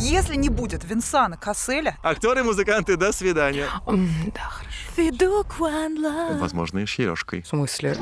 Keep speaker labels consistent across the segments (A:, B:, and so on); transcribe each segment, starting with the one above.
A: Если не будет Винсана Касселя,
B: Актеры, музыканты, до свидания.
C: М, Да, хорошо.
D: Федук One Love.
B: Возможно, и с
C: В
B: сережкой.
C: смысле?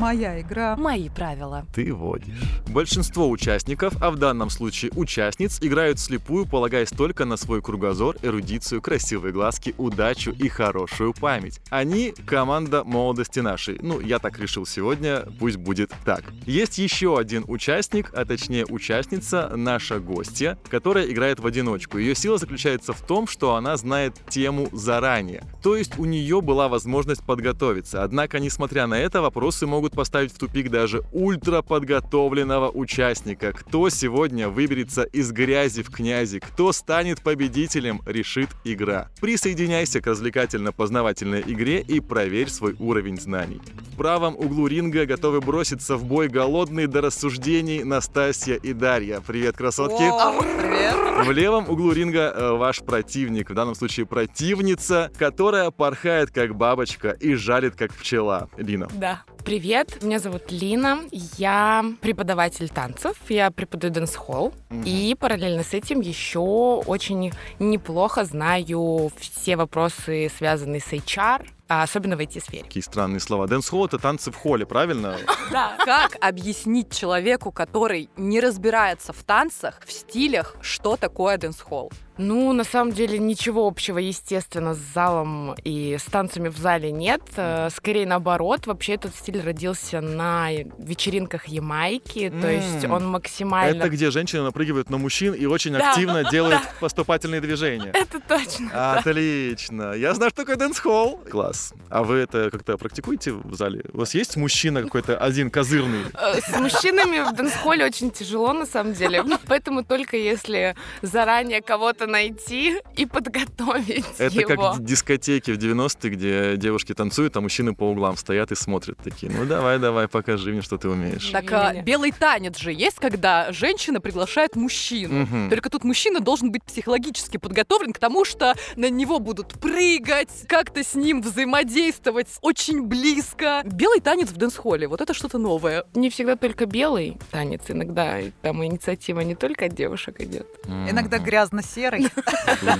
A: моя игра.
D: Мои правила.
E: Ты водишь.
B: Большинство участников, а в данном случае участниц, играют слепую, полагаясь только на свой кругозор, эрудицию, красивые глазки, удачу и хорошую память. Они — команда молодости нашей. Ну, я так решил сегодня, пусть будет так. Есть еще один участник, а точнее участница, наша гостья, которая играет в одиночку. Ее сила заключается в том, что она знает тему заранее. То есть у нее была возможность подготовиться. Однако, несмотря на это, вопросы могут поставить в тупик даже ультраподготовленного участника. Кто сегодня выберется из грязи в князи, кто станет победителем, решит игра. Присоединяйся к развлекательно-познавательной игре и проверь свой уровень знаний. В правом углу ринга готовы броситься в бой голодные до рассуждений Настасья и Дарья. Привет, красотки!
A: О, привет.
B: В левом углу ринга э, ваш противник, в данном случае противница, которая порхает как бабочка и жарит как пчела. Лина.
D: Да.
C: Привет, меня зовут Лина, я преподаватель танцев, я преподаю дэнс-холл, и параллельно с этим еще очень неплохо знаю все вопросы, связанные с HR, а особенно в IT-сфере.
B: Какие странные слова. Дэнс холл это танцы в холле, правильно?
C: Да.
D: Как объяснить человеку, который не разбирается в танцах, в стилях, что такое дэнс-холл?
C: Ну, на самом деле ничего общего, естественно, с залом и с танцами в зале нет. Э, Скорее наоборот, вообще этот стиль родился на вечеринках Ямайки, то есть
B: М.
C: он максимально...
B: Это где женщины напрыгивают на мужчин и очень
C: Да.
B: активно делают поступательные движения.
C: Это точно.
B: Отлично. Я знаю, что такое дэнс холл. Класс. А вы это как-то практикуете в зале? У вас есть мужчина какой-то один козырный?
C: Э, С мужчинами в дэнс-холле очень тяжело, на самом деле. Поэтому только если заранее кого-то найти и подготовить
B: Это
C: его.
B: как ди- дискотеки в 90-е, где девушки танцуют, а мужчины по углам стоят и смотрят такие. Ну давай, давай, покажи мне, что ты умеешь.
D: Так
C: Или
D: а,
C: нет.
D: белый танец же есть, когда женщина приглашает мужчину.
B: Мгм.
D: Только тут мужчина должен быть психологически подготовлен к тому, что на него будут прыгать, как-то с ним взаимодействовать очень близко. Белый танец в дэнс-холле, вот это что-то новое.
C: Не всегда только белый танец, иногда и там инициатива не только от девушек идет.
A: Иногда
B: Мгм.
A: грязно-серый.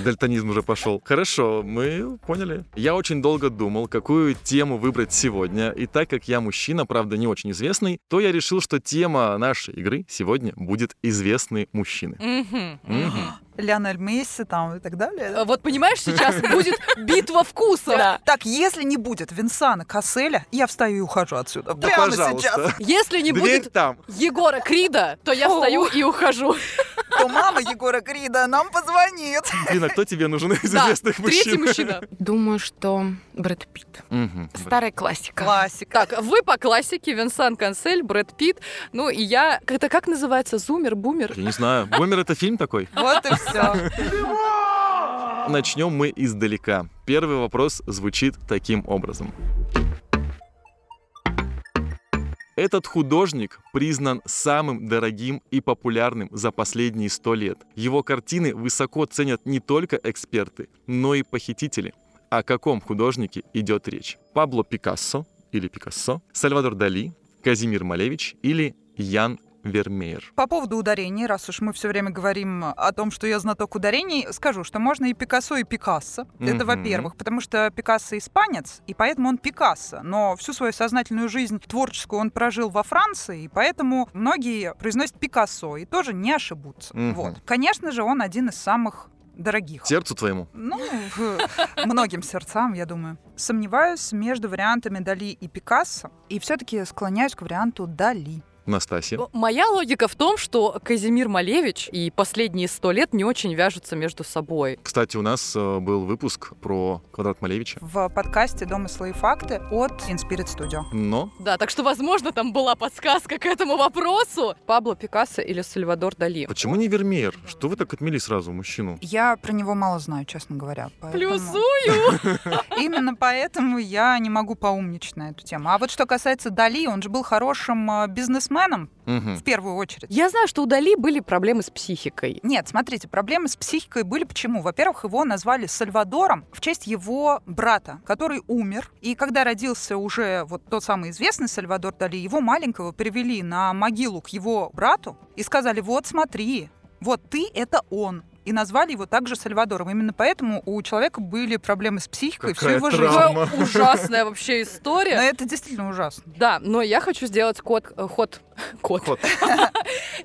B: Дальтонизм уже пошел. Хорошо, мы поняли. Я очень долго думал, какую тему выбрать сегодня. И так как я мужчина, правда, не очень известный, то я решил, что тема нашей игры сегодня будет известные мужчины. Мгм.
A: Лионель Месси там и так далее.
D: А Вот понимаешь, сейчас будет битва вкусов.
A: Так, если не будет Винсана Касселя, я встаю и ухожу отсюда.
B: Да,
A: Прямо сейчас.
B: пожалуйста.
D: Если не
B: Дверь
D: будет
B: там.
D: Егора Крида, то я
C: О.
D: встаю и ухожу.
A: То мама Егора Крида нам позвонит.
B: Блин, а кто тебе нужен из
D: Да,
B: известных мужчин?
D: Третий мужчина.
C: Думаю, что Брэд Питт.
B: Мгм.
C: Старая классика.
A: Классика.
D: Так, вы по классике, Винсан Кансель, Брэд Питт, ну и я, это как называется, зумер, бумер?
B: Я не знаю. Бумер это фильм такой?
A: Вот и все.
B: Начнем мы издалека. Первый вопрос звучит таким образом. Этот художник признан самым дорогим и популярным за последние сто лет. Его картины высоко ценят не только эксперты, но и похитители. О каком художнике идет речь? Пабло Пикассо или Пикассо, Сальвадор Дали, Казимир Малевич или Ян Вермеер?
A: По поводу ударений, раз уж мы все время говорим о том, что я знаток ударений, скажу, что можно и Пикассо, и Пикассо. Это
B: Мгм.
A: во-первых, потому что Пикассо испанец, и поэтому он Пикассо. Но всю свою сознательную жизнь творческую он прожил во Франции, и поэтому многие произносят Пикассо и тоже не ошибутся.
B: Мгм.
A: Вот. Конечно же, он один из самых дорогих.
B: Сердцу твоему.
A: Ну, в- многим сердцам, я думаю. Сомневаюсь между вариантами Дали и Пикассо, и все-таки склоняюсь к варианту Дали.
B: Настасья.
D: Ну, Моя логика в том, что Казимир Малевич и последние сто лет не очень вяжутся между собой.
B: Кстати, у нас э, был выпуск про квадрат Малевича.
A: В подкасте «Дом и слои факты» от Inspirit Studio.
B: Но
D: Да, так что, возможно, там была подсказка к этому вопросу. Пабло Пикассо или Сальвадор Дали.
B: почему не Вермеер? Что вы так отмели сразу мужчину?
A: Я про него мало знаю, честно говоря. поэтому-
D: Плюсую!
A: Именно поэтому я не могу поумничать на эту тему. А вот что касается Дали, он же был хорошим э, спортсменом
B: Мгм.
A: в первую очередь.
D: Я знаю, что у Дали были проблемы с психикой.
A: Нет, смотрите, проблемы с психикой были почему? Во-первых, его назвали Сальвадором в честь его брата, который умер. И когда родился уже вот тот самый известный Сальвадор Дали, его маленького привели на могилу к его брату и сказали, вот смотри, вот ты — это он. И назвали его также Сальвадором. Именно поэтому у человека были проблемы с психикой всю
B: Какая
A: его жизнь.
B: травма.
D: Какая ужасная вообще
A: Но
D: история.
A: это действительно ужасно.
D: Да, но я хочу сделать кот, э, ход, кот.
B: Ход.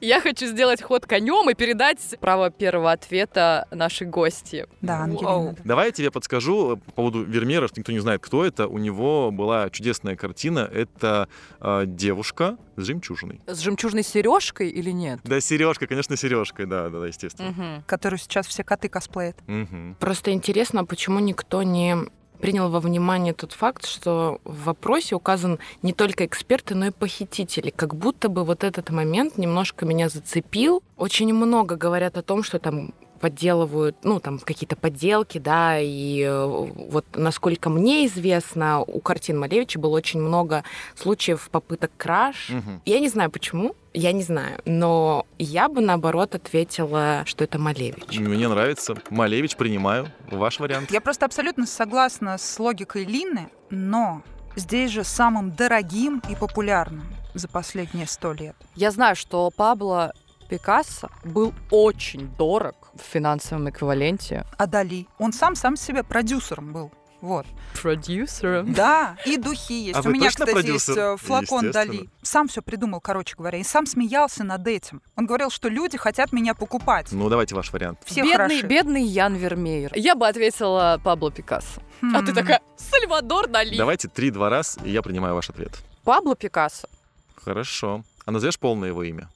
D: Я хочу сделать ход конем и передать право первого ответа нашей гости.
A: Да,
D: Вау.
A: Ангелина. да.
B: Давай я тебе подскажу э, по поводу Вермеера, что никто не знает, кто это. У него была чудесная картина. Это э, девушка с жемчужиной.
D: С жемчужной сережкой или нет?
B: Да, сережка, конечно, сережкой, да, да, да, естественно.
D: Мгм.
A: Которую сейчас все коты косплеят.
B: Мгм.
C: Просто интересно, почему никто не принял во внимание тот факт, что в вопросе указан не только эксперты, но и похитители. Как будто бы вот этот момент немножко меня зацепил. Очень много говорят о том, что там подделывают, ну, там какие-то подделки, да, и э, вот насколько мне известно, у картин Малевича было очень много случаев попыток краж,
B: Мгм.
C: я не знаю почему, я не знаю, но я бы наоборот ответила, что это Малевич.
B: Мне нравится. Малевич, принимаю. Ваш вариант.
A: Я просто абсолютно согласна с логикой Лины, но здесь же самым дорогим и популярным за последние сто лет.
D: Я знаю, что Пабло Пикассо был очень дорог в финансовом эквиваленте.
A: А Дали, он сам сам себе продюсером был. Вот.
D: Продюсером.
A: Да, и духи есть.
B: А
A: У
B: вы
A: меня,
B: точно
A: кстати,
B: продюсер?
A: есть э, флакон
B: Естественно.
A: Дали. Сам все придумал, короче говоря, и сам смеялся над этим. Он говорил, что люди хотят меня покупать.
B: Ну, давайте ваш вариант.
A: Все
D: бедный,
A: хороши.
D: бедный Ян Вермеер. Я бы ответила Пабло Пикассо.
A: Хм.
D: А ты такая, Сальвадор Дали.
B: Давайте три-два раз, и я принимаю ваш ответ.
D: Пабло Пикассо.
B: Хорошо. А назовешь полное его имя?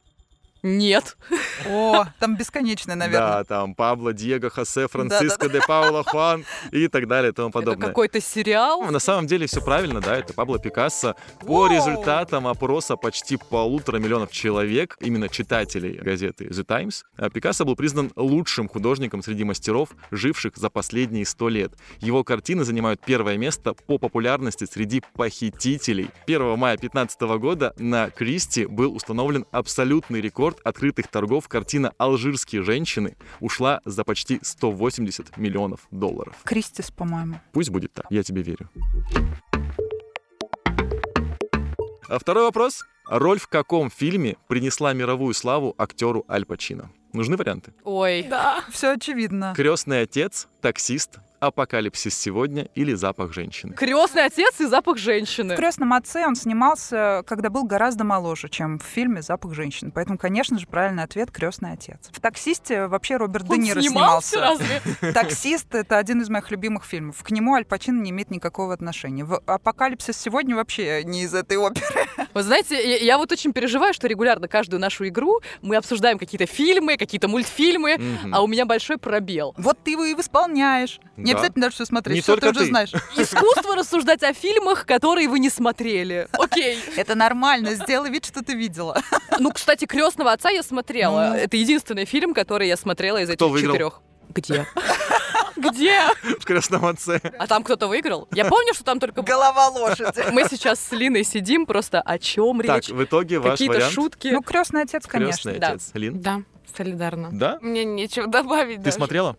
D: Нет.
A: О, там бесконечное, наверное.
B: Да, там Пабло, Диего,
A: Да-да-да.
B: Хосе, Франциско, де Пауло, Хуан и так далее и тому
D: Это
B: подобное.
D: какой-то сериал.
B: Ну, На самом деле все правильно, да, это Пабло Пикассо. По
A: Воу!
B: результатам опроса почти полутора миллионов человек, именно читателей газеты The Times, э, Пикассо был признан лучшим художником среди мастеров, живших за последние сто лет. Его картины занимают первое место по популярности среди похитителей. 1 мая 2015 года на Кристи был установлен абсолютный рекорд открытых торгов. Картина «Алжирские женщины» ушла за почти 180 миллионов долларов.
A: Кристис, по-моему.
B: Пусть будет так. Я тебе верю. А второй вопрос. Роль в каком фильме принесла мировую славу актеру Аль Пачино? Нужны варианты?
D: Ой.
A: Все
D: А.
A: очевидно.
B: Крестный отец, таксист, апокалипсис сегодня или запах женщины?
D: Крестный отец и запах
A: В
D: женщины.
A: крестном отце он снимался, когда был гораздо моложе, чем в фильме Запах женщин. Поэтому, конечно же, правильный ответ крестный отец. В таксисте вообще Роберт Де
D: Он
A: Ниро
D: снимался
A: снимался.
D: разве?
A: Таксист это один из моих любимых фильмов. К нему Аль Пачино не имеет никакого отношения. В Апокалипсис сегодня вообще не из этой оперы.
D: Вы знаете, я, я вот очень переживаю, что регулярно каждую нашу игру мы обсуждаем какие-то фильмы, какие-то мультфильмы,
B: Мгм.
D: а у меня большой пробел.
A: Вот ты его и восполняешь. Не
B: Да.
A: обязательно дальше все смотреть.
B: Не
A: всё
B: только
A: ты уже
B: ты.
A: знаешь.
D: Искусство рассуждать о фильмах, которые вы не смотрели. Окей.
A: Это нормально. Сделай вид, что ты видела.
D: Ну, кстати, крестного отца я смотрела.
A: Ну.
D: Это единственный фильм, который я смотрела из
B: Кто
D: этих
B: выиграл?
D: четырех. Где? Где?
B: В крестном отце.
D: А там кто-то выиграл? Я помню, что там только
A: Голова лошади.
D: мы сейчас с Линой сидим, просто о чем
B: Так,
D: речь?
B: в итоге ваш
D: Какие-то
B: вариант.
D: шутки.
A: Ну, крестный отец, конечно.
B: Крестный
D: да.
B: отец. Лин?
C: Да, солидарно.
B: Да?
C: Мне нечего добавить. М-м.
B: Ты смотрела?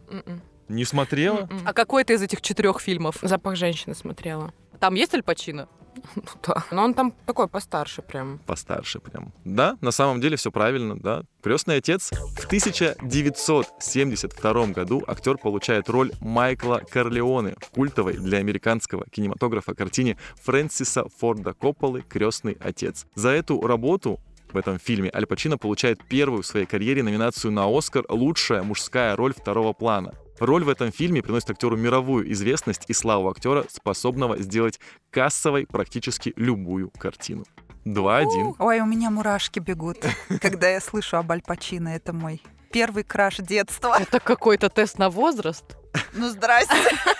B: Не смотрела?
D: А какой-то из этих четырех фильмов?
C: Запах женщины смотрела. Ну
D: Там есть Аль Пачино?
C: Но он там такой постарше прям.
B: постарше прям. Да, на самом деле все правильно, да. Крестный отец. В 1972 году актер получает роль Майкла Корлеоне в культовой для американского кинематографа картине Фрэнсиса Форда Копполы «Крестный отец». За эту работу в этом фильме Аль Пачино получает первую в своей карьере номинацию на Оскар «Лучшая мужская роль второго плана». Роль в этом фильме приносит актеру мировую известность и славу актера, способного сделать кассовой практически любую картину. 2-1.
A: Ой, у меня мурашки бегут, когда я слышу об Аль Пачино. Это мой первый краш детства.
D: Это какой-то тест на возраст.
A: Ну, здрасте.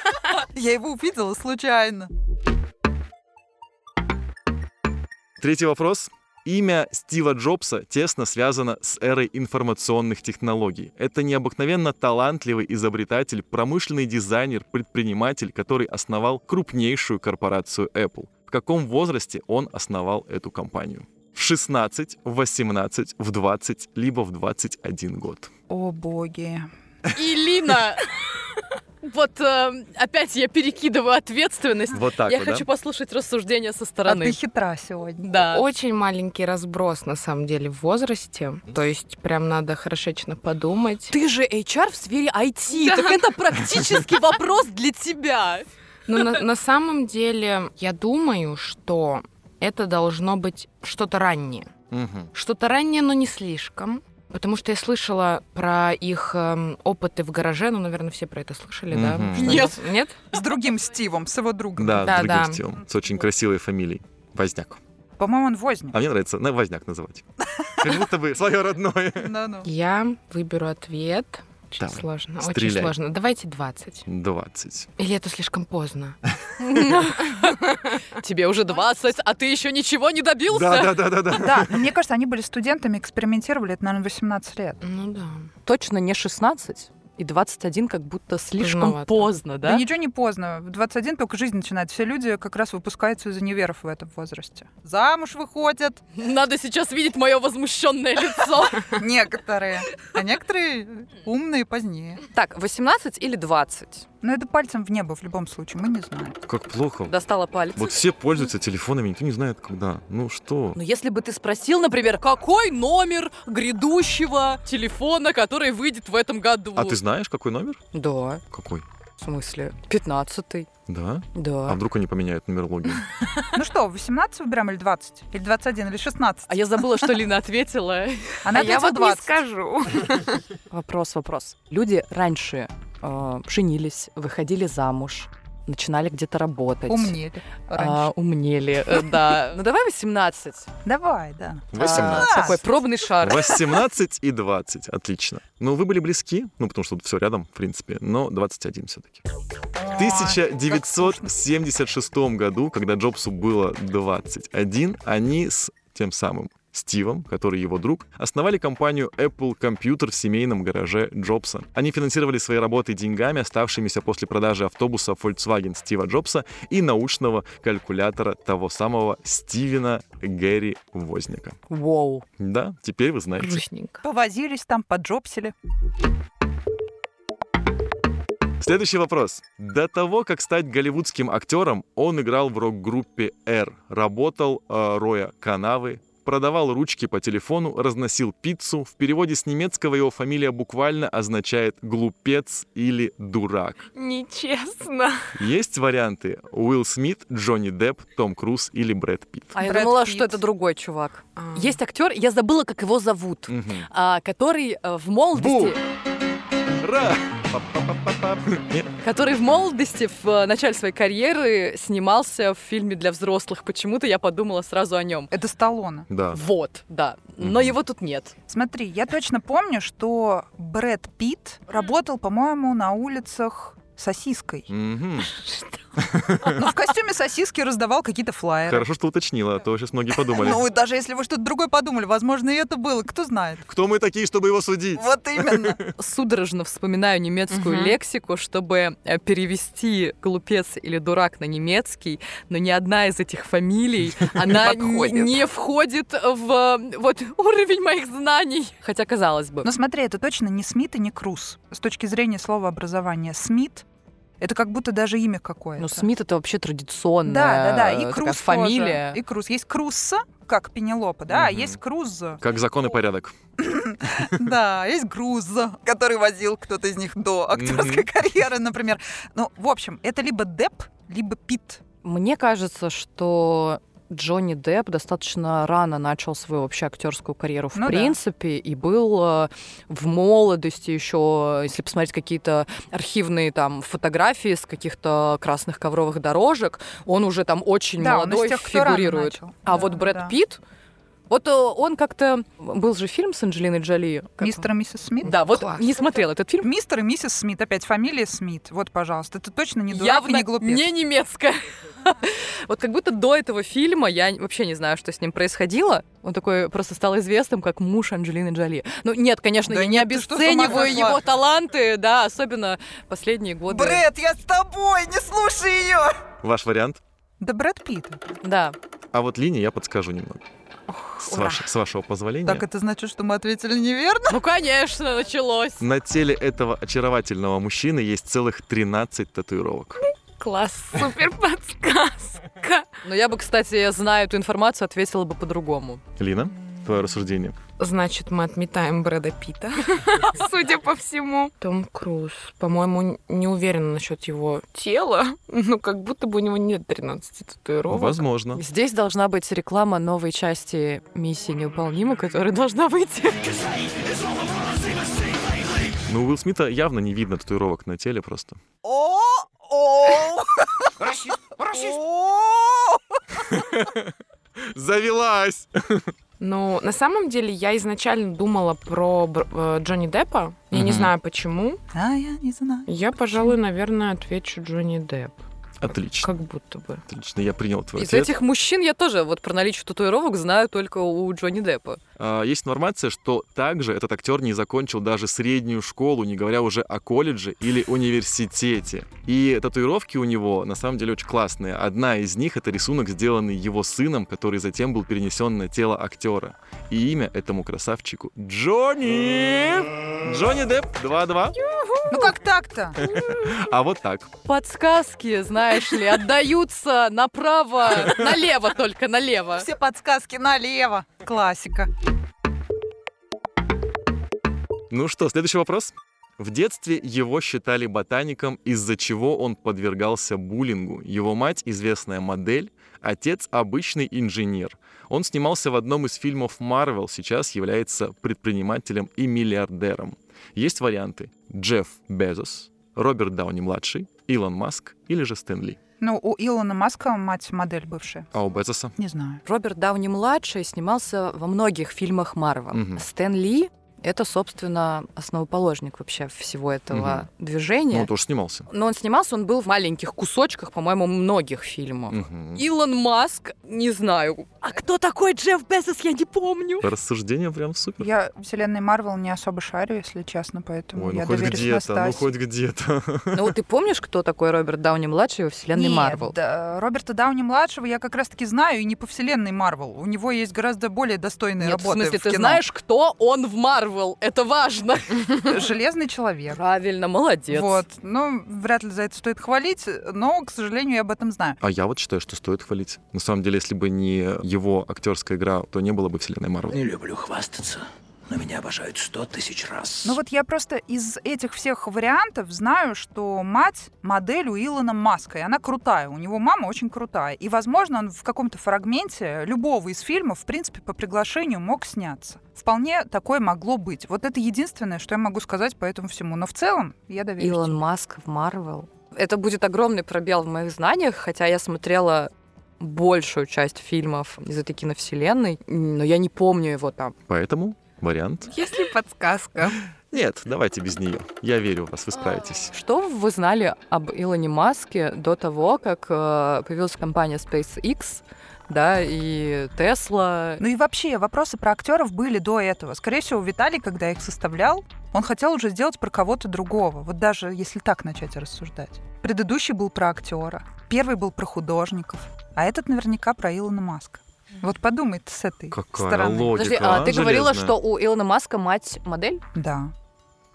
A: Я его увидела случайно.
B: Третий вопрос. Имя Стива Джобса тесно связано с эрой информационных технологий. Это необыкновенно талантливый изобретатель, промышленный дизайнер, предприниматель, который основал крупнейшую корпорацию Apple. В каком возрасте он основал эту компанию? в 16, в 18, в 20, либо в 21 год.
A: О, боги.
F: И Лина, вот э, опять я перекидываю ответственность.
B: Вот так
F: я
B: вот, да?
F: хочу послушать рассуждения со
A: А ты
F: стороны.
A: хитра сегодня.
B: А
F: Да.
C: Очень маленький разброс, на самом деле, в возрасте. То есть прям надо хорошечно подумать.
F: Ты же HR в сфере IT, так это практически вопрос для тебя.
C: Но на, на самом деле, я думаю, что это должно быть что-то раннее.
B: Мгм.
C: Что-то раннее, но не слишком. Потому что я слышала про их эм, опыты в гараже, ну, наверное, все про это слышали, да?
B: Мгм.
C: Что
F: Нет.
C: они- Нет?
A: С другим Стивом, с его другом.
B: Да,
C: Да,
B: с другим
C: да.
B: стилем. С очень красивой фамилией. Возняк.
A: По-моему, он возник.
B: А мне нравится на Возняк называть. Как будто бы свое родное.
A: Да-ну.
C: Я выберу ответ. Очень
B: Давай,
C: сложно, очень
B: стреляй.
C: сложно. Давайте 20.
B: 20.
C: Или это слишком поздно? Ну
F: Тебе уже 20, а ты еще ничего не добился.
B: Да, да, да, да, да.
A: Да, мне кажется, они были студентами, экспериментировали, это, наверное, 18 лет.
C: Ну да.
F: Точно не 16. И 21 как будто слишком
C: Поздновато.
F: поздно,
A: Да?
F: да?
A: ничего не поздно. В 21 только жизнь начинает. Все люди как раз выпускаются из универов в этом возрасте. Замуж выходят
F: Надо сейчас видеть мое возмущенное лицо.
A: некоторые, а некоторые умные позднее.
D: Так, 18 или 20?
A: Но Ну, это пальцем в небо в любом случае, мы не знаем.
B: Как плохо.
D: Достала палец.
B: Вот все пользуются телефонами, никто не знает, когда. Ну что?
F: Но если бы ты спросил, например, какой номер грядущего телефона, который выйдет в этом году?
B: А ты знаешь, какой номер?
D: Да.
B: Какой?
D: В смысле? 15
B: Да? А
D: Да.
B: вдруг они поменяют нумерологию?
A: Ну что, 18 выбираем или 20? Или 21, или 16?
F: А я забыла, что Лина ответила.
A: Она
C: а я
A: ответила 20.
C: вот не скажу.
D: Вопрос, вопрос. Люди раньше э, женились, выходили замуж, начинали где-то работать.
A: Умнели раньше.
D: А, умнели, э, да. Ну давай 18.
A: Давай, да.
D: А,
B: 18.
D: Такой пробный шар.
B: 18 и 20. Отлично. Ну, вы были близки, ну, потому что тут все рядом, в принципе, но 21 все-таки. В 1976 году, когда Джобсу было 21, они с тем самым Стивом, который его друг, основали компанию Apple Computer в семейном гараже Джобса. Они финансировали свои работы деньгами, оставшимися после продажи автобуса Volkswagen Стива Джобса и научного калькулятора того самого Стивена Гэри Возника.
D: Воу.
B: Да, теперь вы знаете.
C: Грустненько.
A: Повозились там, поджопсили.
B: Следующий вопрос. До того, как стать голливудским актером, он играл в рок-группе R, работал э, роя канавы, продавал ручки по телефону, разносил пиццу. В переводе с немецкого его фамилия буквально означает «глупец» или «дурак».
C: Нечестно.
B: Есть варианты Уилл Смит, Джонни Депп, Том Круз или Брэд Питт.
D: А я
A: Брэд
D: думала,
A: Питт.
D: что это другой чувак.
C: Есть
D: Есть актер, я забыла, как его зовут,
B: Мгм.
D: а, который э, в молодости,
B: Ра! Па-па-па-па-па. Нет?
D: который в молодости в э, начале своей карьеры снимался в фильме для взрослых. Почему-то я подумала сразу о нем.
A: Это Сталлоне.
B: Да.
D: Вот, да. Но
B: Мгм.
D: его тут нет.
A: Смотри, я точно помню, что Брэд Питт работал, по-моему, на улицах сосиской.
B: Мгм.
A: Ну, в костюме сосиски раздавал какие-то флаеры.
B: Хорошо, что уточнила, а то сейчас многие подумали.
A: Ну, и даже если вы что-то другое подумали, возможно, и это было, кто знает.
B: Кто мы такие, чтобы его судить?
A: Вот именно.
D: Судорожно вспоминаю немецкую
C: Мгм.
D: лексику, чтобы э, перевести глупец или дурак на немецкий, но ни одна из этих фамилий, она не,
C: подходит.
D: не входит в э, вот уровень моих знаний. Хотя, казалось бы.
A: Но Ну, смотри, это точно не Смит и не Круз. С точки зрения слова образования Смит, это как будто даже имя какое-то.
D: Ну, Смит это вообще традиционная
A: Да, да, да. И
D: э, такая
A: Круз
D: фамилия.
A: тоже. И Круз. Есть Крузса, как Пенелопа, да, а
B: Мгм.
A: есть Круза.
B: Как закон и порядок.
A: Да, есть груза, который возил кто-то из них до актерской карьеры, например. Ну, в общем, это либо Деп, либо Пит.
D: Мне кажется, что Джонни Депп достаточно рано начал свою вообще актерскую карьеру в
A: Ну да.
D: принципе и был э, в молодости еще, если посмотреть какие-то архивные там фотографии с каких-то красных ковровых дорожек, он уже там очень молодой фигурирует. а вот Брэд Питт, вот э, он как-то был же фильм с Анджелиной Джоли. Как-
A: Мистер и миссис Смит?
D: Да, вот
C: Класс.
D: не смотрел этот фильм.
A: Мистер и миссис Смит, опять фамилия Смит. Вот, пожалуйста, это точно не дурак и не глупец.
D: не немецкая. Вот как будто до этого фильма я вообще не знаю, что с ним происходило. Он такой просто стал известным как муж Анджелины Джоли. Ну нет, конечно,
A: Да
D: я не
A: нет, ты что, с ума
D: обесцениваю
A: сошла?
D: его таланты, да, особенно последние годы.
A: Брэд, я с тобой, не слушай ее!
B: Ваш вариант?
A: Да Брэд Питт.
D: Да.
B: А вот линии я подскажу немного. С, ваш- с вашего позволения.
A: Так это значит, что мы ответили неверно?
F: Ну, конечно, началось.
B: На теле этого очаровательного мужчины есть целых 13 татуировок.
C: Класс, супер подсказка.
D: Но я бы, кстати, я знаю эту информацию, ответила бы по-другому.
B: Лина, твое рассуждение.
C: Значит, мы отметаем Брэда Питта, судя по всему. Том Круз, по-моему, не уверена насчет его тела, но как будто бы у него нет 13 татуировок.
B: Возможно.
D: Здесь должна быть реклама новой части миссии неуполнима, которая должна выйти.
B: Но у Ну, Уилл Смита явно не видно татуировок на теле просто.
A: О, о, о.
B: Завелась!
C: Ну, на самом деле, я изначально думала про Бр- э, Джонни Деппа. Я не
B: Мгм.
C: знаю почему.
A: А я не знаю.
C: Я, пожалуй, наверное, отвечу Джонни Депп.
B: Отлично.
C: Как будто бы.
B: Отлично, я принял твой
D: Из
B: ответ.
D: этих мужчин я тоже вот про наличие татуировок знаю только у Джонни Деппа.
B: А, Есть информация, что также этот актер не закончил даже среднюю школу, не говоря уже о колледже или университете. И татуировки у него на самом деле очень классные. Одна из них это рисунок, сделанный его сыном, который затем был перенесен на тело актера. И имя этому красавчику Джонни! Джонни Депп 2-2.
A: Ну как так-то?
B: А вот так.
D: Подсказки, знаешь ли, отдаются направо, налево только, налево.
A: Все подсказки налево. Классика.
B: Ну что, следующий вопрос. В детстве его считали ботаником, из-за чего он подвергался буллингу. Его мать – известная модель, отец – обычный инженер. Он снимался в одном из фильмов Марвел, сейчас является предпринимателем и миллиардером. Есть варианты – Джефф Безос, Роберт Дауни-младший, Илон Маск или же Стэнли.
A: Ну, у Илона Маска мать модель бывшая.
B: А у Безоса?
A: Не знаю.
D: Роберт Дауни-младший снимался во многих фильмах Марва.
B: Мгм.
D: Стэн Ли — это, собственно, основоположник вообще всего этого
B: Ну,
D: движения.
B: он тоже снимался.
D: Но он снимался, он был в маленьких кусочках, по-моему, многих фильмов.
B: Мгм.
D: Илон Маск, не знаю. А кто такой Джефф Безос, я не помню.
B: Рассуждение прям супер.
A: Я вселенной Марвел не особо шарю, если честно, поэтому
B: Ой, ну
A: я
B: хоть
A: доверюсь
B: где-то, ну
A: Настасе.
B: хоть где-то.
D: Ну вот ты помнишь, кто такой Роберт Дауни-младший во вселенной
A: Нет,
D: Марвел?
A: да, Роберта Дауни-младшего я как раз-таки знаю, и не по вселенной Марвел. У него есть гораздо более достойные
D: Нет, в
A: работы
D: смысле, ты
A: кино.
D: знаешь, кто он в Марвел? Это важно.
A: Железный человек.
D: Правильно, молодец.
A: Вот. Ну, вряд ли за это стоит хвалить, но, к сожалению, я об этом знаю.
B: А я вот считаю, что стоит хвалить. На самом деле, если бы не его актерская игра, то не было бы вселенной Марвел.
G: Не люблю хвастаться, но меня обожают сто тысяч раз.
A: Ну вот я просто из этих всех вариантов знаю, что мать модель у Илона Маска, и она крутая, у него мама очень крутая. И, возможно, он в каком-то фрагменте любого из фильмов, в принципе, по приглашению мог сняться. Вполне такое могло быть. Вот это единственное, что я могу сказать по этому всему. Но в целом я доверюсь.
D: Илон Маск в Марвел. Это будет огромный пробел в моих знаниях, хотя я смотрела большую часть фильмов из этой киновселенной, но я не помню его там.
B: Поэтому вариант.
C: Есть ли подсказка?
B: Нет, давайте без нее. Я верю в вас, вы справитесь.
D: Что вы знали об Илоне Маске до того, как э, появилась компания SpaceX, да, и Tesla?
A: Ну и вообще, вопросы про актеров были до этого. Скорее всего, Виталий, когда их составлял, он хотел уже сделать про кого-то другого. Вот даже если так начать рассуждать. Предыдущий был про актера, первый был про художников, а этот наверняка про Илона Маска. Вот подумай ты с этой
B: Какая
A: стороны.
B: логика.
D: Подожди, а ты
B: железная.
D: говорила, что у Илона Маска мать модель?
A: Да.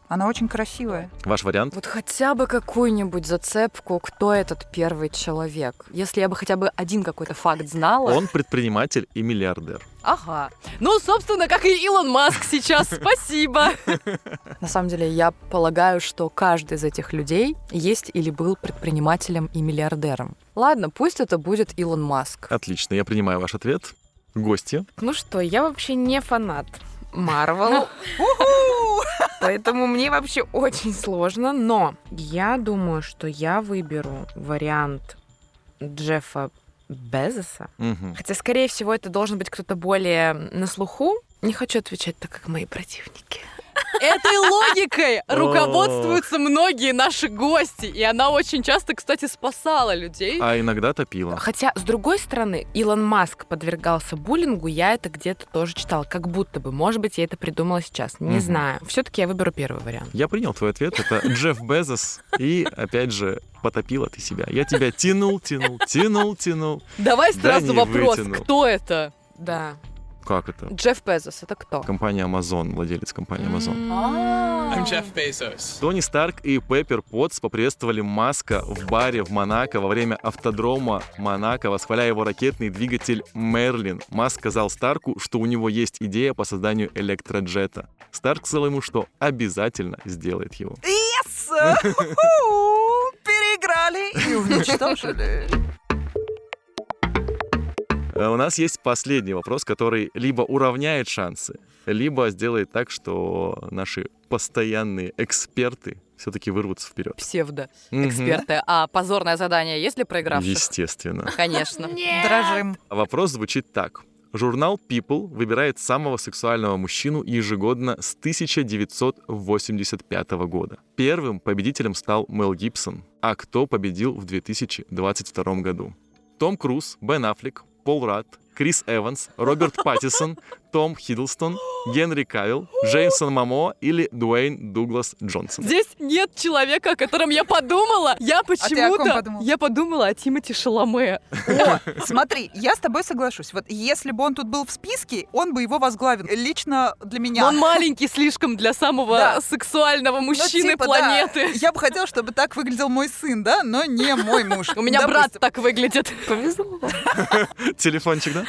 A: Она очень красивая.
B: Ваш вариант?
D: Вот хотя бы какую-нибудь зацепку, кто этот первый человек. Если я бы хотя бы один какой-то факт знала.
B: Он предприниматель и миллиардер.
D: Ага.
F: Ну, собственно, как и Илон Маск сейчас. Спасибо.
D: На самом деле, я полагаю, что каждый из этих людей есть или был предпринимателем и миллиардером. Ладно, пусть это будет Илон Маск.
B: Отлично, я принимаю ваш ответ. Гости.
C: Ну что, я вообще не фанат Марвел, поэтому мне вообще очень сложно, но я думаю, что я выберу вариант Джеффа Безоса.
B: Мгм.
C: Хотя, скорее всего, это должен быть кто-то более на слуху. Не хочу отвечать так, как мои противники.
F: Этой логикой
B: Ох.
F: руководствуются многие наши гости. И она очень часто, кстати, спасала людей.
B: А иногда топила.
C: Хотя, с другой стороны, Илон Маск подвергался буллингу, я это где-то тоже читала, как будто бы. Может быть, я это придумала сейчас, не
B: Мгм.
C: знаю. Все-таки я выберу первый вариант.
B: Я принял твой ответ. Это Джефф Безос. И, опять же, потопила ты себя. Я тебя тянул, тянул, тянул, тянул.
F: Давай
B: Да
F: сразу
B: не
F: вопрос,
B: вытянул.
F: кто это?
C: Да.
B: Как это?
D: Джефф Безос, это кто?
B: Компания Amazon, владелец компании Amazon.
D: А.
B: Тони Старк и Пеппер Потс поприветствовали Маска в баре в Монако во время автодрома Монако, восхваляя его ракетный двигатель Мерлин. Маск сказал Старку, что у него есть идея по созданию электроджета. Старк сказал ему, что обязательно сделает его.
A: Yes! Уху! Переиграли и уничтожили.
B: Э, У нас есть последний вопрос, который либо уравняет шансы, либо сделает так, что наши постоянные эксперты все-таки вырвутся вперед.
D: Псевдо.
B: Мгм.
D: Эксперты. А позорное задание есть для проигравших?
B: Естественно.
D: Конечно.
A: Дрожим.
B: А Вопрос звучит так. Журнал People выбирает самого сексуального мужчину ежегодно с 1985 года. Первым победителем стал Мел Гибсон. А кто победил в 2022 году? Том Круз, Бен Аффлек, Пол Рад, Крис Эванс, Роберт Паттисон, Том Хиддлстон, Генри Кавилл, Джеймсон Мамо или Дуэйн Дуглас Джонсон.
F: Здесь нет человека, о котором я подумала.
A: А
F: Я почему-то...
A: подумала?
F: я подумала о Тимати Шаломе.
A: Смотри, я с тобой соглашусь. Вот если бы он тут был в списке, он бы его возглавил. Лично для меня. Ну,
F: Он маленький слишком для самого
A: Да.
F: сексуального
A: Ну,
F: мужчины
A: типа, да.
F: планеты.
A: Я бы хотела, чтобы так выглядел мой сын, да, но не мой муж.
F: У меня брат
A: Допустим.
F: так выглядит. Повезло.
B: Телефончик, да?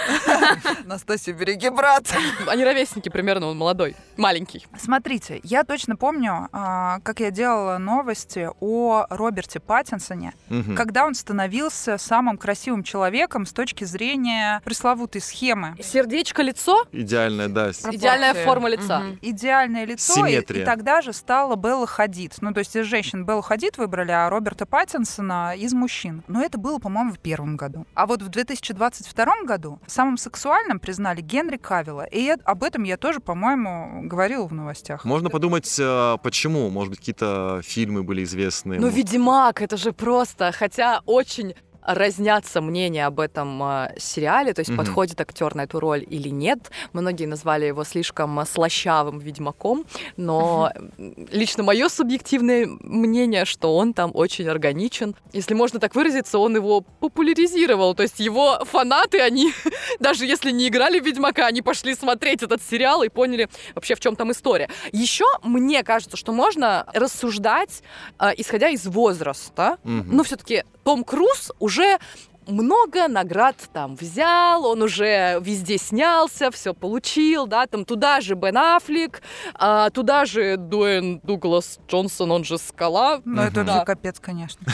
A: Настасья, береги брат.
F: Они ровесники примерно, он молодой, маленький.
A: Смотрите, я точно помню, а, как я делала новости о Роберте Паттинсоне,
F: Хм.
B: Мгм.
A: когда он становился самым красивым человеком с точки зрения пресловутой схемы.
D: Сердечко, лицо?
B: Идеальная, да. с-
D: Идеальная
F: Пропорции.
D: форма лица.
F: Мгм.
A: Идеальное лицо, и,
B: Симметрия.
A: и тогда же стала Белла Хадид. Ну, то есть из женщин Белла Хадид выбрали, а Роберта Паттинсона из мужчин. Но это было, по-моему, в первом году. А вот в 2022 году самым сексуальным признали Генри Кавилла. И э- об этом я тоже, по-моему, говорила в новостях.
B: Можно подумать, э, почему, может быть, какие-то фильмы были известны.
D: Ну,
B: может,
D: Ведьмак, это же просто. Хотя очень разнятся мнения об этом э, сериале, то есть
B: Мгм.
D: подходит актер на эту роль или нет. Многие назвали его слишком э, слащавым ведьмаком, но м, лично мое субъективное мнение, что он там очень органичен. Если можно так выразиться, он его популяризировал, то есть его фанаты, они даже если не играли в ведьмака, они пошли смотреть этот сериал и поняли вообще в чем там история. Еще мне кажется, что можно рассуждать, э, исходя из возраста,
B: Мгм.
D: ну, все-таки Том Круз уже много наград там взял, он уже везде снялся, все получил, да, там туда же Бен Аффлек, а, туда же Дуэн Дуглас Джонсон, он же Скала.
A: Но это
D: Мгм.
A: уже
D: Да.
A: капец, конечно.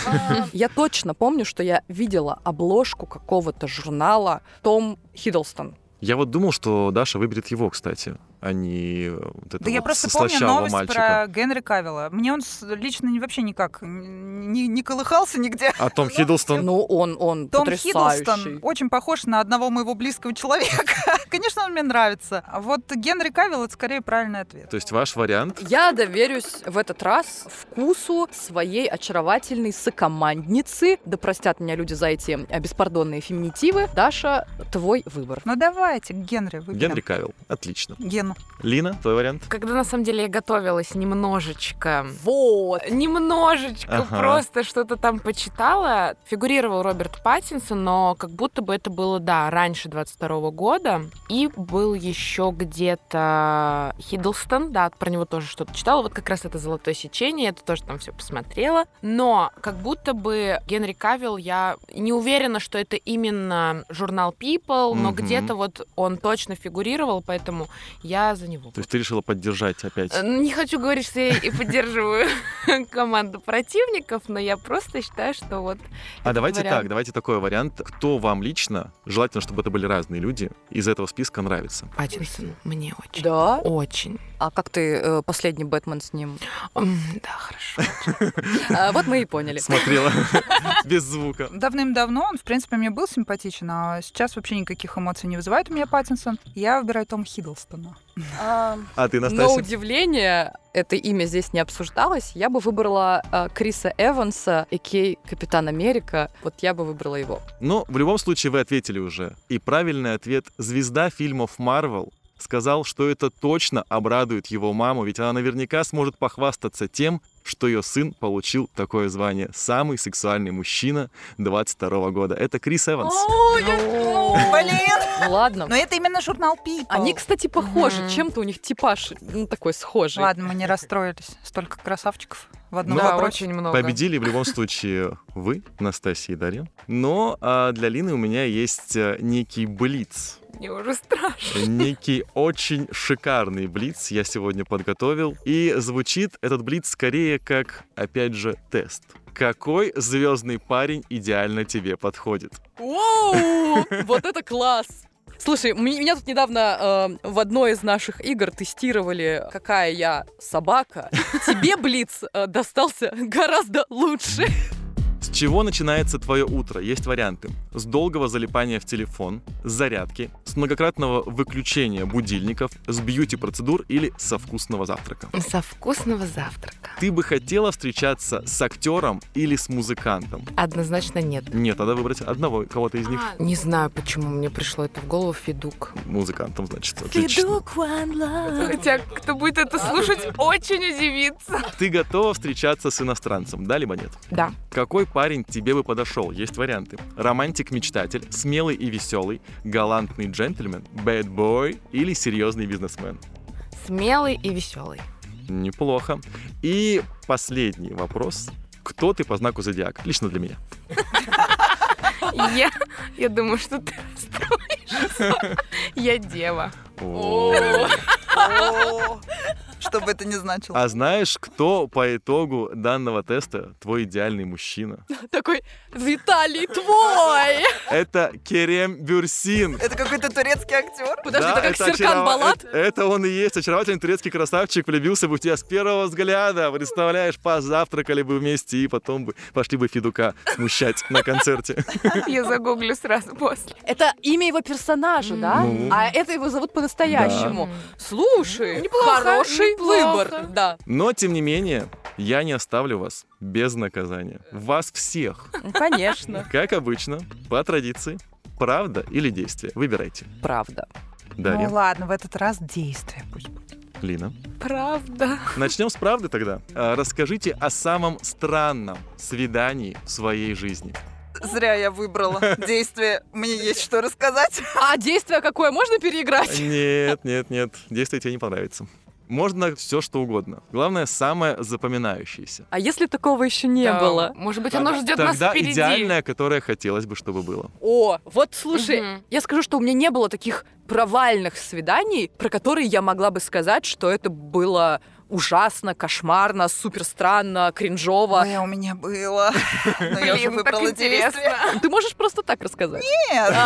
D: Я точно помню, что я видела обложку какого-то журнала Том Хиддлстон.
B: Я вот думал, что Даша выберет его, кстати, а не вот этого
A: Да я
B: вот
A: просто помню
B: слащавого
A: новость
B: мальчика.
A: про Генри Кавилла. Мне он с- лично не- вообще никак н- не, не колыхался нигде.
B: А Том Хиддлстон...
D: Ну, он, он
A: Том
D: потрясающий.
A: Хиддлстон очень похож на одного моего близкого человека. Конечно, он мне нравится. А вот Генри Кавилл — это скорее правильный ответ.
B: То есть ваш вариант?
D: Я доверюсь в этот раз вкусу своей очаровательной сокомандницы. Да простят меня люди за эти э, беспардонные феминитивы. Даша, твой выбор.
A: Ну давайте Генри выберем.
B: Генри Кавилл. Отлично.
A: Гену.
B: Лина, твой вариант?
C: Когда на самом деле я готовилась немножечко,
D: Вот.
C: немножечко
B: Ага.
C: просто что-то там почитала, фигурировал Роберт Паттинсон, но как будто бы это было, да, раньше 22 года. И был еще где-то Хиддлстон, да, про него тоже что-то читала. Вот как раз это «Золотое сечение», это тоже там все посмотрела. Но как будто бы Генри Кавилл, я не уверена, что это именно журнал People, но
B: Мгм.
C: где-то вот он точно фигурировал, поэтому я за него.
B: То есть ты решила поддержать опять?
C: Э, Не хочу говорить, что я и поддерживаю команду противников, но я просто считаю, что вот...
B: А давайте
C: вариант.
B: так, давайте такой вариант. Кто вам лично, желательно, чтобы это были разные люди, из этого списка нравится?
C: Паттинсон мне очень.
D: Да?
C: Очень.
D: А как ты э, последний Бэтмен с ним?
C: М, Да, хорошо.
D: А, вот мы и поняли.
B: Смотрела без звука.
A: Давным-давно он, в принципе, мне был симпатичен, а сейчас вообще никаких эмоций не вызывает у меня Паттинсон. Я выбираю Том Хиддлстона.
D: А,
B: А ты,
D: На
B: Настасья?
D: удивление, это имя здесь не обсуждалось. Я бы выбрала э, Криса Эванса, Экей Капитан Америка. Вот я бы выбрала его.
B: Но Ну, в любом случае вы ответили уже. И правильный ответ — звезда фильмов Марвел сказал, что это точно обрадует его маму, ведь она наверняка сможет похвастаться тем, что ее сын получил такое звание. Самый сексуальный мужчина 22 года. Это Крис Эванс.
A: Блин!
H: Ну ладно.
A: Но это именно журнал People.
D: Они, кстати, похожи.
C: Мгм.
D: Чем-то у них типаж ну, такой схожий.
A: Ладно, мы не расстроились. Столько красавчиков в одном
B: Ну,
C: да,
A: вопросе.
C: очень много.
B: Победили в любом случае вы, Настасья и Дарья. Но а, для Лины у меня есть э, некий блиц.
C: Мне уже страшно.
B: Некий очень шикарный блиц я сегодня подготовил. И звучит этот блиц скорее как, опять же, тест. Какой звездный парень идеально тебе подходит?
D: Воу! Вот это класс! Слушай, м- меня тут недавно э, в одной из наших игр тестировали, какая я собака. Тебе Блиц э, достался гораздо лучше.
B: С чего начинается твое утро? Есть варианты. С долгого залипания в телефон, с зарядки, с многократного выключения будильников, с бьюти-процедур или со вкусного завтрака.
C: Со вкусного завтрака.
B: Ты бы хотела встречаться с актером или с музыкантом?
C: Однозначно нет.
B: Нет, надо выбрать одного, кого-то из них.
C: Не знаю, почему мне пришло это в голову Федук.
B: Музыкантом, значит, отлично.
C: Хотя, кто будет это слушать, очень удивится.
B: Ты готова встречаться с иностранцем, да, либо нет?
C: Да.
B: Какой парень тебе бы подошел? Есть варианты. Романтик-мечтатель, смелый и веселый, галантный джентльмен, бэдбой или серьезный бизнесмен?
C: Смелый и веселый.
B: Неплохо. И последний вопрос. Кто ты по знаку зодиака? Лично для меня.
C: Я, я думаю, что ты расстроишься. Я дева.
A: О, Что бы это ни значило.
B: А знаешь, кто по итогу данного теста твой идеальный мужчина?
D: Такой, Виталий, твой!
B: Это Керем Бюрсин.
A: Это какой-то турецкий актер?
D: Подожди, это как
B: это
D: Серкан
B: очарова-
D: Балат?
B: э- Это он и есть, очаровательный турецкий красавчик, влюбился бы в тебя с первого взгляда. Представляешь, позавтракали бы вместе и потом бы пошли бы Федука смущать на концерте.
C: Я загуглю сразу после.
D: Это имя его персонажа, да?
B: Ну.
D: А это его зовут по-настоящему.
C: Да.
D: Слушай,
C: Неплохо,
D: хороший
C: неплохо.
D: выбор. Да.
B: Но, тем не менее, я не оставлю вас без наказания. Вас всех
D: ну, Конечно.
B: Как обычно, по традиции, правда или действие. Выбирайте.
H: Правда.
A: Ну
B: Дарья,
A: ладно, в этот раз действие пусть будет.
B: Лина.
C: Правда.
B: Начнем с правды тогда. А, Расскажите о самом странном свидании в своей жизни.
A: Зря я выбрала действие. Мне есть что рассказать.
D: А действие какое можно переиграть?
B: Нет, нет, нет. Действие тебе не понравится. Можно все что угодно. Главное, самое запоминающееся.
D: А если такого еще не было?
C: Может быть, оно ждет нас
B: Тогда
C: впереди.
B: идеальное, которое хотелось бы, чтобы было.
D: О, вот слушай,
C: Мгм.
H: Я скажу, что у меня не было таких провальных свиданий, про которые я могла бы сказать, что это было ужасно, кошмарно, супер странно, кринжово.
A: Ой, а у меня было. Но я уже
C: Блин, ну так
A: выбрала
C: интересно.
A: действие.
D: Ты можешь просто так рассказать?
A: Нет.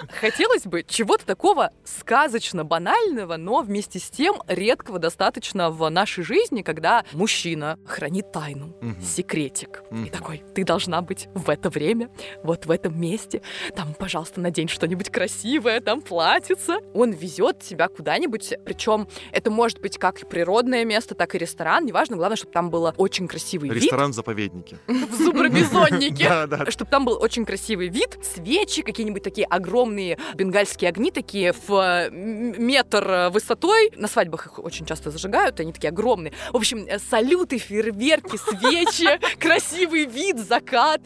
D: А, Хотелось бы чего-то такого сказочно банального, но вместе с тем редкого достаточно в нашей жизни, когда мужчина хранит тайну,
B: Мгм.
D: секретик. И
B: Мгм.
D: такой, ты должна быть в это время, вот в этом месте, там, пожалуйста, надень что-нибудь красивое, там платьице. Он везет тебя куда-нибудь, причем это может быть как и природное место, так и ресторан, неважно, главное, чтобы там было очень красивый вид
B: Ресторан в заповеднике.
D: в зубробизоннике
B: Да, да.
D: чтобы там был очень красивый вид, свечи, какие-нибудь такие огромные бенгальские огни, такие в э, м- метр э, высотой. На свадьбах их очень часто зажигают, они такие огромные. В общем, э, салюты, фейерверки, свечи, красивый вид, закат.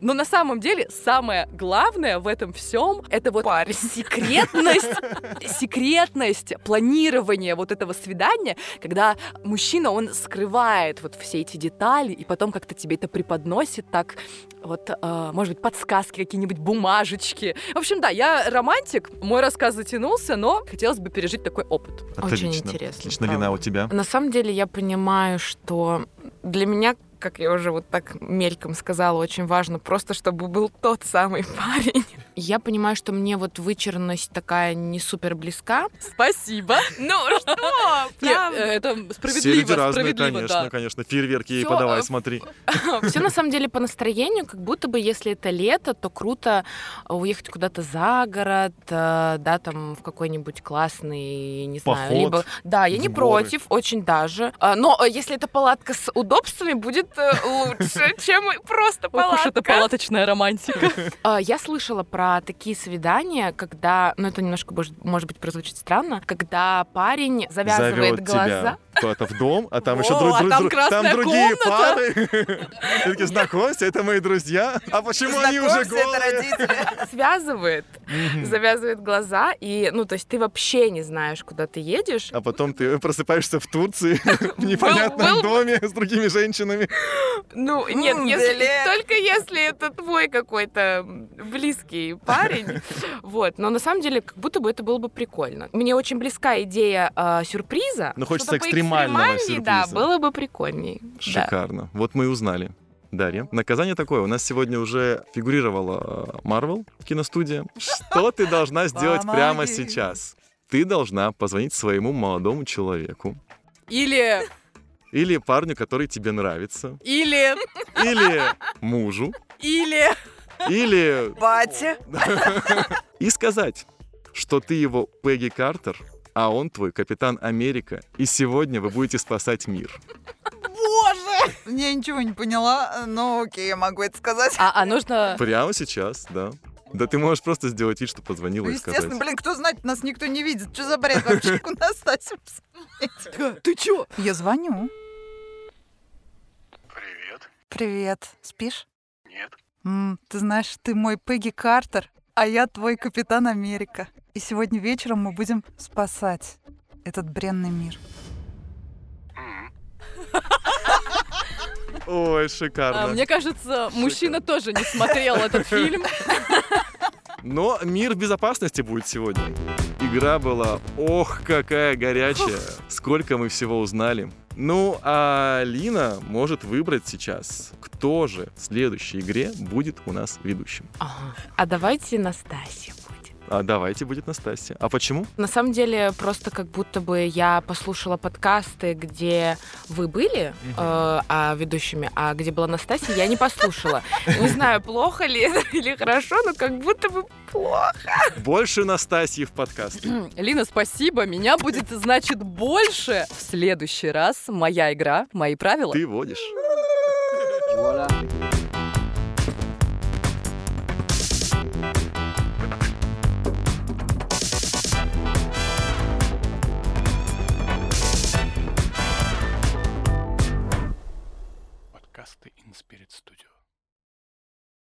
D: Но на самом деле самое главное в этом всем это вот секретность, секретность планирования вот этого свидания, когда мужчина, он скрывает вот все эти детали и потом как-то тебе это преподносит так вот, э, может быть, подсказки какие-нибудь, бумажечки. В общем, да, я романтик, мой рассказ затянулся, но хотелось бы пережить такой опыт.
C: Очень
B: Отлично.
C: интересно,
B: Отлично, Лина, а
C: правда.
B: у тебя?
C: На самом деле я понимаю, что для меня, как я уже вот так мельком сказала, очень важно просто, чтобы был тот самый парень. Я понимаю, что мне вот вычурность такая не супер близка.
D: Спасибо.
C: Ну что,
D: Нет, э, это
B: Все люди
D: справедливо,
B: разные,
D: справедливо,
B: конечно,
D: да.
B: конечно. Фейерверки ей
C: Всё,
B: подавай,
C: э,
B: смотри.
C: Все на самом деле по настроению, как будто бы, если это лето, то круто уехать куда-то за город, э, да, там в какой-нибудь классный, не знаю,
B: Поход
C: либо... Да, я
B: в
C: не
B: горы.
C: против, очень даже. А, Но э, если это палатка с удобствами, будет э, лучше, чем просто
D: Ох уж это
C: палатка.
D: палаточная романтика.
C: А, Я слышала про такие свидания, когда, ну это немножко, может- может быть, прозвучит странно, когда парень завязывает
B: Зовет тебя.
C: глаза.
B: куда-то в дом, а там
F: О,
B: еще друг,
F: а
B: друг-
F: там
B: друг- там
F: красная
B: другие
F: комната.
B: пары. Все таки знакомься, это мои друзья. А почему они уже
A: Знакомься, это
B: голые?
A: родители.
C: Связывает, завязывает глаза, и, ну, то есть ты вообще не знаешь, куда ты едешь.
B: А потом ты просыпаешься в Турции в непонятном
C: был бы.
B: доме с другими женщинами.
C: Ну, нет,
A: М,
C: если-
A: блядь.
C: только если это твой какой-то м, близкий парень. Вот, но на самом деле, как будто бы это было бы прикольно. Мне очень близка идея э, сюрприза.
B: Ну, хочется
C: Что-то
B: экстремального
C: поэкстремальней, Да,
B: сюрприза.
C: было бы прикольней. Да.
B: Шикарно. Вот мы и узнали. Дарья, наказание такое. У нас сегодня уже фигурировала э, Марвел киностудия. Что ты должна сделать прямо
A: Помоги.
B: сейчас? Ты должна позвонить своему молодому человеку
F: Или,
B: или парню, который тебе нравится,
F: или,
B: или мужу,
F: или...
B: или
A: Батя.
B: и сказать, что ты его Пегги Картер, а он твой капитан Америка, и сегодня вы будете спасать мир.
A: Боже! Я ничего не поняла, но окей, я могу это сказать.
D: А, а нужно...
B: Прямо сейчас, да. Да ты можешь просто сделать вид, что позвонила
A: Ну,
B: и сказать.
A: естественно, блин, кто знает, нас никто не видит. Что за бред вообще? Куда Стасик?
D: Ты чё?
A: Я звоню.
G: Привет.
A: Привет. Спишь?
G: Нет.
A: М, ты знаешь, ты мой Пегги Картер, а я твой Капитан Америка. И сегодня вечером мы будем спасать этот бренный мир.
B: Ой, шикарно.
D: А, мне кажется, мужчина тоже не смотрел этот фильм.
B: Но мир безопасности будет сегодня. Игра была, ох, какая горячая. Сколько мы всего узнали. Ну, а Лина может выбрать сейчас, кто же в следующей игре будет у нас ведущим.
C: Ага. А давайте Настасья будет.
B: А давайте будет Настасья. А почему?
C: На самом деле, просто как будто бы я послушала подкасты, где вы были э, а, ведущими, а где была Настасья, я не послушала. Не знаю, плохо ли это или хорошо, но как будто бы плохо.
B: Больше Настасьи в подкасте.
D: Лина, спасибо. Меня будет, значит, больше. В следующий раз моя игра, мои правила.
B: Ты водишь.
G: Подкасты InSpirit Studio.